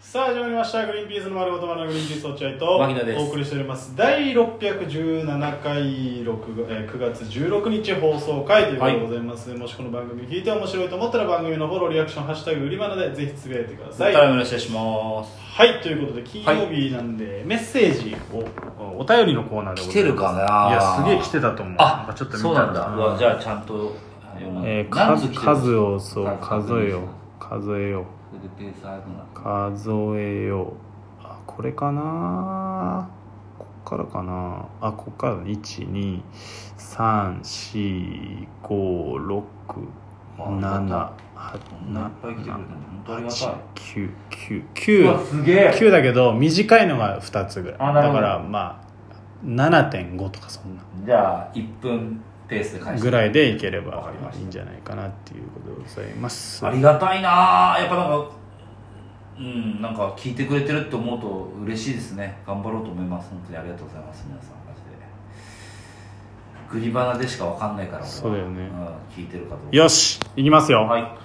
さあ始まりました「グリーンピースの丸ごと丸のグリーンピース落合」牧野でとすお送りしております第617回6えー9月16日放送回ということでございます、もしこの番組聞いて面白いと思ったら番組のフォローリアクション「ハッシュタグ売り場」でぜひつぶやいてくださいよろしくお願いします。はいということで金曜日なんで、メッセージをお便りのコーナーでございます来てるかないやすげえ来てたと思うなんかちょっと見たそうなんだ。ううわじゃあちゃんと読まないえー何数通来てる数をそう数数えよう数えようこれでペースあるな数えようあこれかなこっからかなあこっからまこんないっぱい来てくれたの本当ありがたいいうわ12345678999すげえだけど短いのが2つぐらいあなるだほかどらまあ7.5とかそんなじゃあ一分ペースで返しぐてらいでいけれわかばりましたいいんじゃないかなっていうことでございますありがたいなあやっぱなんかうんなんか聞いてくれてるって思うと嬉しいですね頑張ろうと思います本当にありがとうございます皆さんマジでグリバナでしかわかんないから俺はそうだよねん、聞いてるかどうかよしいきますよ、はいあ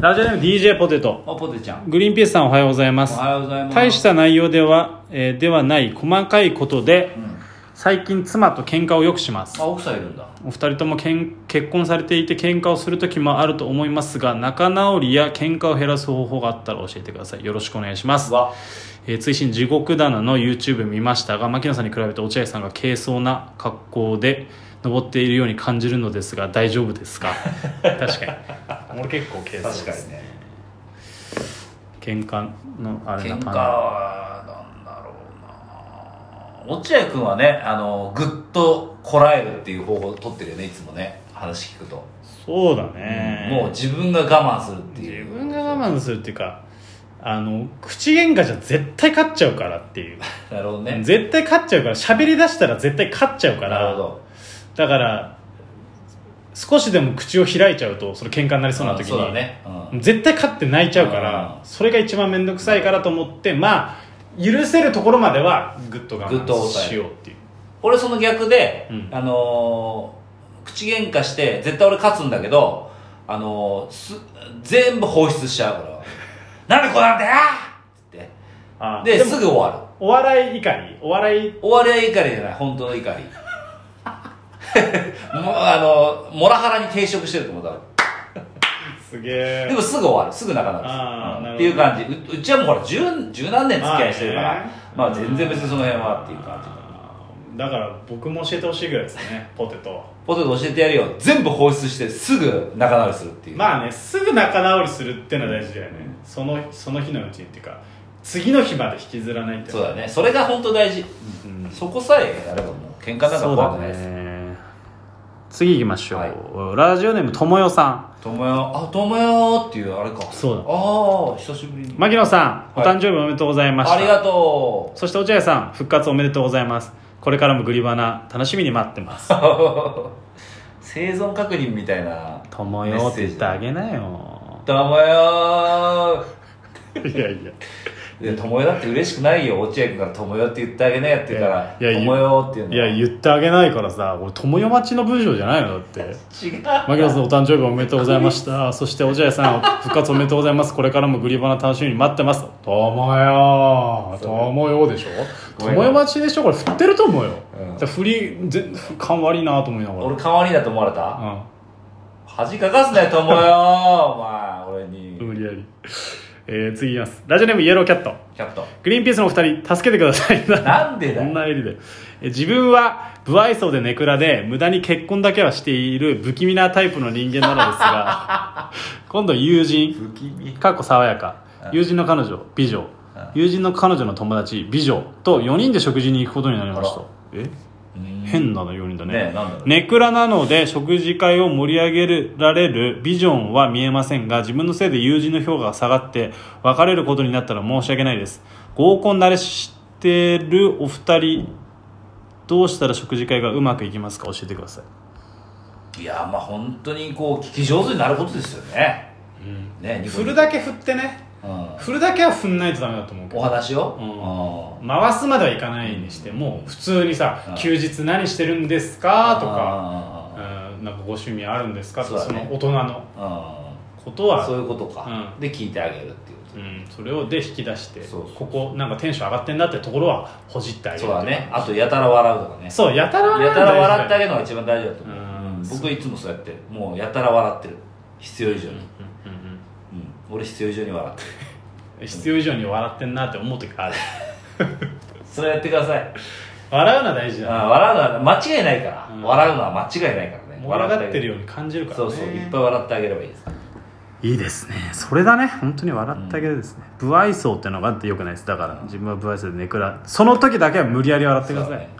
ラジオネーム DJ ポテトポテちゃんグリーンピースさんおはようございまおすはようございます大した内容では、えーではない細かいことでうん最近妻と喧嘩をよくしますあ奥さんいるんだお二人ともけん結婚されていて喧嘩をする時もあると思いますが仲直りや喧嘩を減らす方法があったら教えてくださいよろしくお願いします、わえー、追伸地獄棚の YouTube 見ましたが牧野さんに比べて落合さんが軽装な格好で登っているように感じるのですが大丈夫です か確かに俺結構軽装です確かにね喧嘩のあれな喧感嘩じはなんだろうな落合君はねあのぐっとこらえるっていう方法を取ってるよねいつもね話聞くと、そうだね、もう自分が我慢するって自いう分が我慢するっていうかあの口喧嘩じゃ絶対勝っちゃうからっていう、なるほどね絶対勝っちゃうから喋り出したら絶対勝っちゃうかなるほらどだから少しでも口を開いちゃうとその喧嘩になりそうな時んそうだに、ね、うん、絶対勝って泣いちゃうからうんそれが一番面倒くさいからと思ってまあ許せるところまではグッと我グッと慢抑えるしようっていう俺その逆で、うんあのー口喧嘩して絶対俺勝つんだけどあのーす全部放出しちゃう から「なんでこうなんだよ!」ってあ言ってでもすぐ終わるお笑い怒りお笑い終わりは怒りじゃない本当の怒り もうあのモラハラに抵触してると思うだろすげえでもすぐ終わるすぐ仲直りあーすなるるほってどいう感じううちはもうほら十十何年付き合いしてるかまあらねまあ全然別にその辺はっていう感じだから僕も教えてほしいぐらいです ねポテトポテト教えてやるよ全部放出してすぐ仲直りするっていう、まあねすぐ仲直りするってのは大事だよね、そのその日のうちにっていうか次の日まで引きずらないっていそううだねそれが本当大事、うんそこさえやればもう喧嘩なんか怖くないですね次行きましょう、はいラジオネームともよさともよあともよっていうあれかそうだああ久しぶりにん牧野さん、おはい誕生日おめでとうございましたありがとう そして落合さん復活おめでとうございますこれからもグリバナ楽しみに待ってます生存確認みたいなともよって言ってあげなよともよいやいやーでともよだって嬉しくないよ落合君からともよって言ってあげなよって言うからいやいやともよっていうのいや言ってあげないからさ俺友よ待ちの文章じゃないのだって違う牧野さんお誕生日おめでとうございましたそして落合さん復活おめでとうございますこれからもグリバナ楽しみに待ってますともよともよでしょごとめんもよ待ちでしょこれ振ってると思うよ、うんじゃあ振り全感悪いなと思いながら、うん俺代わりだと思われた恥かかすなよともよーお前俺に無理やり、えー、次いきますラジオネームイエローキャットキャットグリーンピースのお二人助けてくださいなんでこだんよな襟でえ自分は不愛想でネクラで無駄に結婚だけはしている不気味なタイプの人間なのです が今度友人不気味かっこ爽やかうん友人の彼女美女友人の彼女の友達美女と4人で食事に行くことになりましあたらえうん変なの4人だねねえなんだろうネクラなので食事会を盛り上げられるビジョンは見えませんが自分のせいで友人の評価が下がって別れることになったら申し訳ないです合コン慣れしてるお二人どうしたら食事会がうまくいきますか教えてくださいいやまあ本当にこう聞き上手になることですよね、ねニコニコだけ振ってねうん振るだけは振んないとダメだと思うお話を、うんうん回すまではいかないにしても普通にさうん「休日何してるんですか?」とかあうん「なんかご趣味あるんですか?」とかそそうだねの大人のーあーことはそういうことか、うで聞いてあげるっていうこうん、それをで引き出してそうそうそこうこなんかテンション上がってんだってところはほじってあとげるそうだねあとやたら笑うとかねそうやたらやたら笑ってあげげるのが一番大事だと思う、うんうん僕はいつもそうやってるもうやたら笑ってる必要以上に、うんうんうんうん、俺必要以上に笑ってる必要以上に笑ってんなって思う時があるそれやってください笑うのは大事うんだ笑うのは間違いないから、うん笑うのは間違いないからね盛り上がってるよように感じるからそねうそういっぱい笑ってあげればいいですいいですねそれだね本当に笑ってあげるですね、不愛想ってのがあってよくないですだから自分は不愛想でネクラその時だけは無理やり笑ってくだそさうい、だね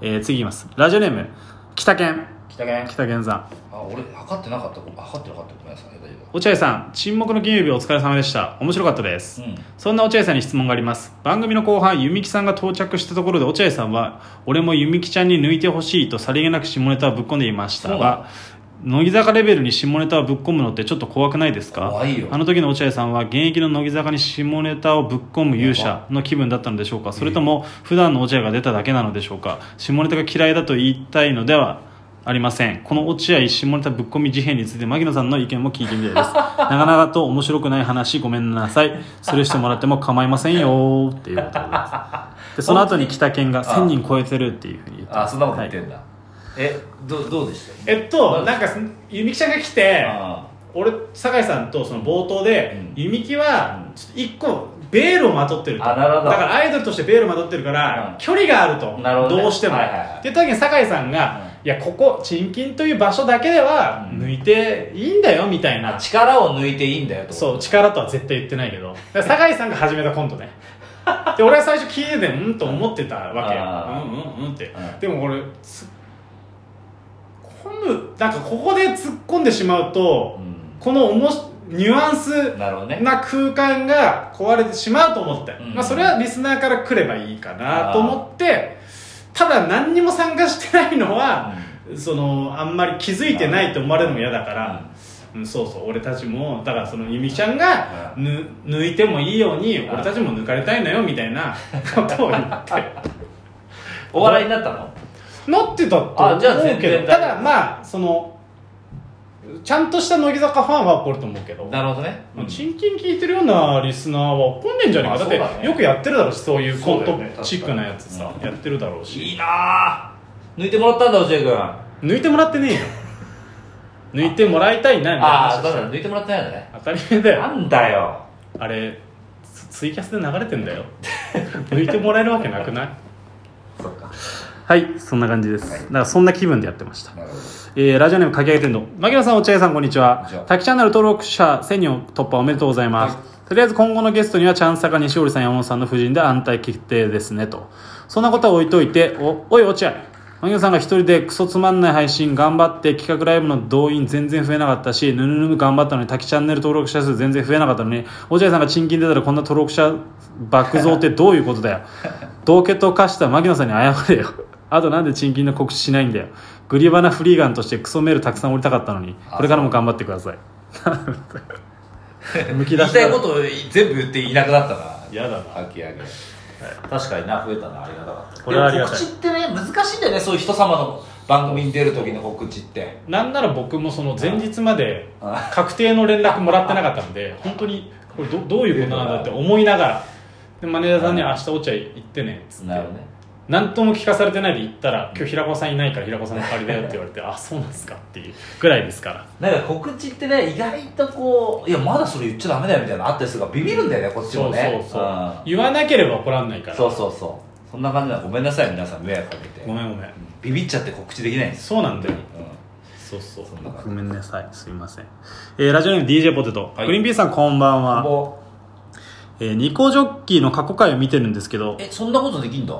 えー次いきますラジオネーム北健北県北健さんあ俺測ってなかったごめん測ってなかったごめんなさい大丈落合さん沈黙の金曜日お疲れ様でした面白かったです、夫うんそんな落合さんに質問があります番組の後半弓木さんが到着したところで落合さんは「俺も弓木ちゃんに抜いてほしい」とさりげなく下ネタをぶっ込んでいましたそうなが乃木坂レベルに下ネタをぶっ込むのってちょっと怖くないですか怖いよあの時の落合さんは現役の乃木坂に下ネタをぶっ込む勇者の気分だったのでしょうかそれとも普段の落合が出ただけなのでしょうか下ネタが嫌いだと言いたいのではありませんこの落合下ネタぶっ込み事変について牧野さんの意見も聞いて みたいですなかなかと面白くない話ごめんなさいするしてもらっても構いませんよっていうことでございます でその後に北県が1000人超えてるっていうふうに言ってあそんなこと言ってはいんだ、えどどうでしたえっとなんかゆみきちゃんが来てあ俺酒井さんとその冒頭でうん弓木はちょっと一個ベールをまとってるとあなるほどだからアイドルとしてベールをまとってるから、うん距離があるとなるほどねうしても、はいはいはいって言った時に酒井さんが、いやここ賃金という場所だけではうん抜いていいんだよみたいな、あ力を抜いていいんだよとそう力とは絶対言ってないけどだから酒井さんが始めたコン トねで俺は最初聞いててうんと思ってたわけあようんうんうんって、うんでも俺つ込むなんかここで突っ込んでしまうと、うこのおもしニュアンスんなるほどねな空間が壊れてしまうと思って、うんまあ、それはリスナーから来ればいいかなと思ってただ何にも参加してないのは、そのあんまり気づいてないと思われるのも嫌だから、うん、そうそう俺たちもだからそのゆみちゃんがうぬ抜いてもいいようにうん俺たちも抜かれたいのよみたい なことを言ってお笑いになったのなってたと思あうじゃあ全け然ど大た丈夫だまあそのちゃんとした乃木坂ファンは怒ると思うけどなるほどね、まあ賃金聞いてるようなリスナーは怒んねえんじゃねえか、まあだってそうだねよくやってるだろうしそういうコンそトうだよねチックなやつさ確、かやにってるだろうしいいなあ抜いてもらったんだ落合君抜いてもらってねえよ抜いてもらいたいなみたいなああ話しだかてら抜いてもらってないんだね当たり前だよなんだよあれツツイキャスで流れてんだよ抜いてもらえるわけなくないそっかはいそんな感じです、だからそんな気分でやってましたなるほどえーラジオネームかき上げてんの牧野さん落合さんこんにちはこんにちは滝チャンネル登録者1000人突破おめでとうございます、はとりあえず今後のゲストにはチャンサカ西織さん山本さんの夫人で安泰決定ですねとそんなことは置いといておおい落合牧野さんが一人でクソつまんない配信頑張って企画ライブの動員全然増えなかったしぬぬぬぬ頑張ったのに滝チャンネル登録者数全然増えなかったのに落合さんが賃金出たらこんな登録者爆増って どういうことだよ道家と化した牧野さんに謝れよあとなんで賃金の告知しないんだよグリバナフリーガンとしてクソメールたくさん降りたかったのにあこれからも頑張ってくだ さいむき出言いしだたいことを全部言っていなくなったな嫌だなかき揚げ確かにな増えたなありがたかったこれはありがたいでも告知ってね難しいんだよねそういう人様の番組に出る時の告知ってなんなら僕もその前日まで確定の連絡もらってなかったんで本当にこれどどういうことなんだって思いながらでマネージャーさんに「明日落合行ってね」っつってなるほどね何とも聞かされてないで行ったら「今日平子さんいないから平子さんの代わりだよ」って言われて「 あそうなんですか」っていうぐらいですからなんか告知ってね意外とこういやまだそれ言っちゃダメだよみたいなのあったりするからビビるんだよねこっちそもうねそうそんう言わなければ怒らんないからそうそうそうそんな感じなのごめんなさい皆さん迷惑かけてごめんごめんビビっちゃって告知できないんですそうなんだようそうそうそんな感じごめんなさいすいません、えーラジオネーム DJ ポテト、はいグリーンピースさんこんばんは、もえー、ニコジョッキーの過去回を見てるんですけどうえそんなことできんだ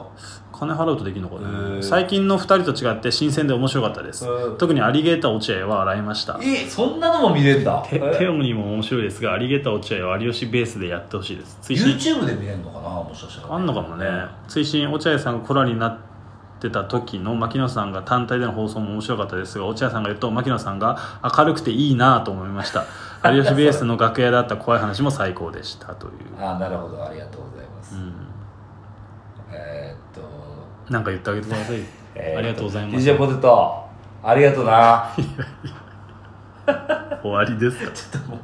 金払うとできるのかへーな最近の2人と違って新鮮で面白かったですへー特にアリゲーター落合は笑いましたえそんなのも見れんだテテオムにも面白いですがアリゲーター落合は有吉ベースでやってほしいです追伸 YouTube で見れるのかなもしかしたらあんのかもね追伸落合さんがコラになってた時の牧野さんが単体での放送も面白かったですが落合さんが言うと牧野さんが明るくていいなぁと思いました 有吉ベースの楽屋であった怖い話も最高でしたという、あなるほどありがとうございます、うん、えー、っと、なんか言ってあげてください、えーありがとうございます DJ ポテトありがとうな終わりですかちょっともう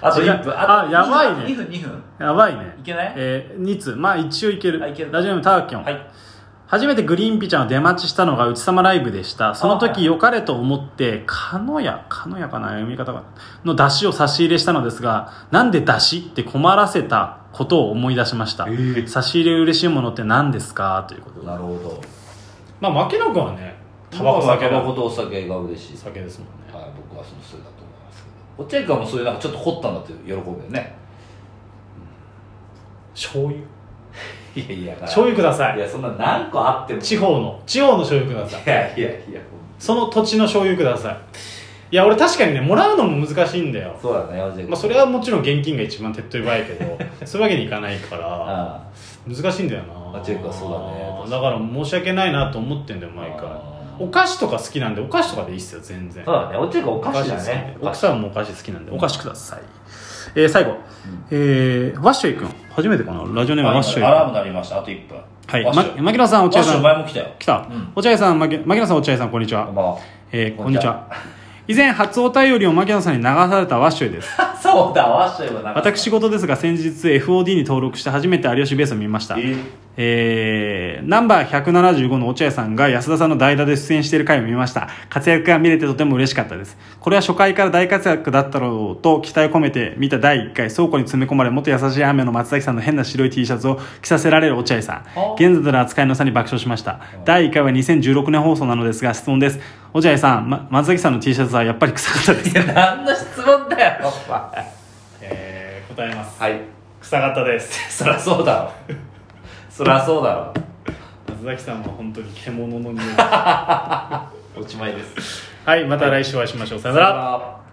あと1分あとやばいね2分2分やばいねいけないえー、2通まあ一応いけるあいけるラジオネームターキョン、はい初めてグリーンピちゃんを出待ちしたのがうちさまライブでしたそのあは時い良かれと思ってかのやかのやかな読み方がの出汁を差し入れしたのですがなんで出汁って困らせたことを思い出しました、えー差し入れ嬉しいものって何ですかということでなるほどまあ牧野君はねタバコとお酒が嬉しい酒ですもんねはい、僕はそのそれだと思いますけど落合君もそういうなんかちょっと凝ったんだって喜ぶよね醤油いやいや醤油くださいいやそんな何個あってもい地方の地方の醤油くださいやいやいやその土地の醤油くださいいや俺確かにねもらうのも難しいんだよそうだね落合君まあ、それはもちろん現金が一番手っ取り早いけ どそういうわけにいかないからあ難しいんだよまなあチェックはそうだねだから申し訳ないなと思ってんだよ毎回あーお菓子とか好きなんでお菓子とかでいいっすよ全然そうだね落合君おお菓子だね好きで奥さんもお菓子好きなんでお菓子ください、えー最後、えーワッショイ君初めてかなラジオネームあはワッショイアラー君ム鳴りましたあと1分はい、ワッショイま、牧野さん、落合さワッショイん、前も来たよ来た、うん落合さん、牧牧野さん、落合さん、こんにちは。まえーここんんににちちはは。以前、初お便りを牧野さんに流されたワッショイです。あそうだワッショイはなんか私事ですが先日 FOD に登録して初めて有吉ベースを見ましたええーナンバー175の落合さんが安田さんの代打で出演している回を見ました活躍が見れてとても嬉しかったですこれは初回から大活躍だったろうと期待を込めて見た第1回倉庫に詰め込まれ元優しい雨の松崎さんの変な白い T シャツを着させられる落合さんあ現在の扱いの差に爆笑しました第1回は2016年放送なのですが質問です落合さん、ま松崎さんの T シャツはやっぱり臭かったですいや何の質問だよお前えー、答えますはい臭かったです そりゃそうだろそりゃそうだろ松崎さんは本当に獣の匂いおしまいですはいまた来週お会いしましょうさよならら